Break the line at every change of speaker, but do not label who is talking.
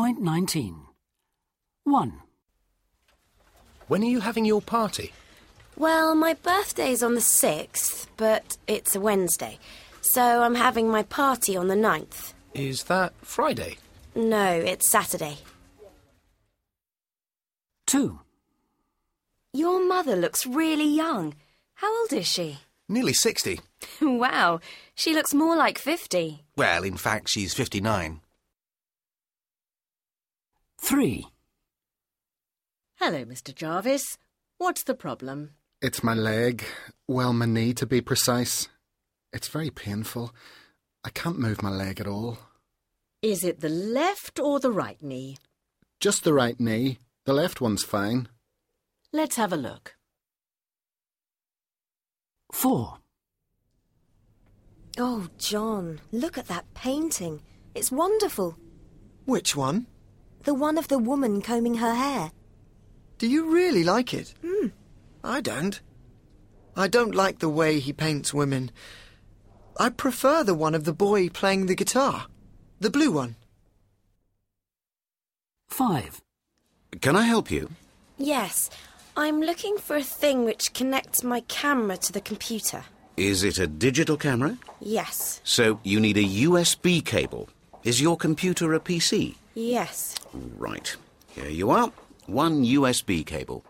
1.19. 1.
When are you having your party?
Well, my birthday's on the 6th, but it's a Wednesday. So I'm having my party on the 9th.
Is that Friday?
No, it's Saturday.
2.
Your mother looks really young. How old is she?
Nearly 60.
wow, she looks more like 50.
Well, in fact, she's 59.
3.
Hello, Mr. Jarvis. What's the problem?
It's my leg. Well, my knee, to be precise. It's very painful. I can't move my leg at all.
Is it the left or the right knee?
Just the right knee. The left one's fine.
Let's have a look.
4.
Oh, John, look at that painting. It's wonderful.
Which one?
The one of the woman combing her hair.
Do you really like it? I don't. I don't like the way he paints women. I prefer the one of the boy playing the guitar. The blue one.
5.
Can I help you?
Yes, I'm looking for a thing which connects my camera to the computer.
Is it a digital camera?
Yes,
So you need a USB cable. Is your computer a PC?
yes.
Right. Here you are. One USB cable.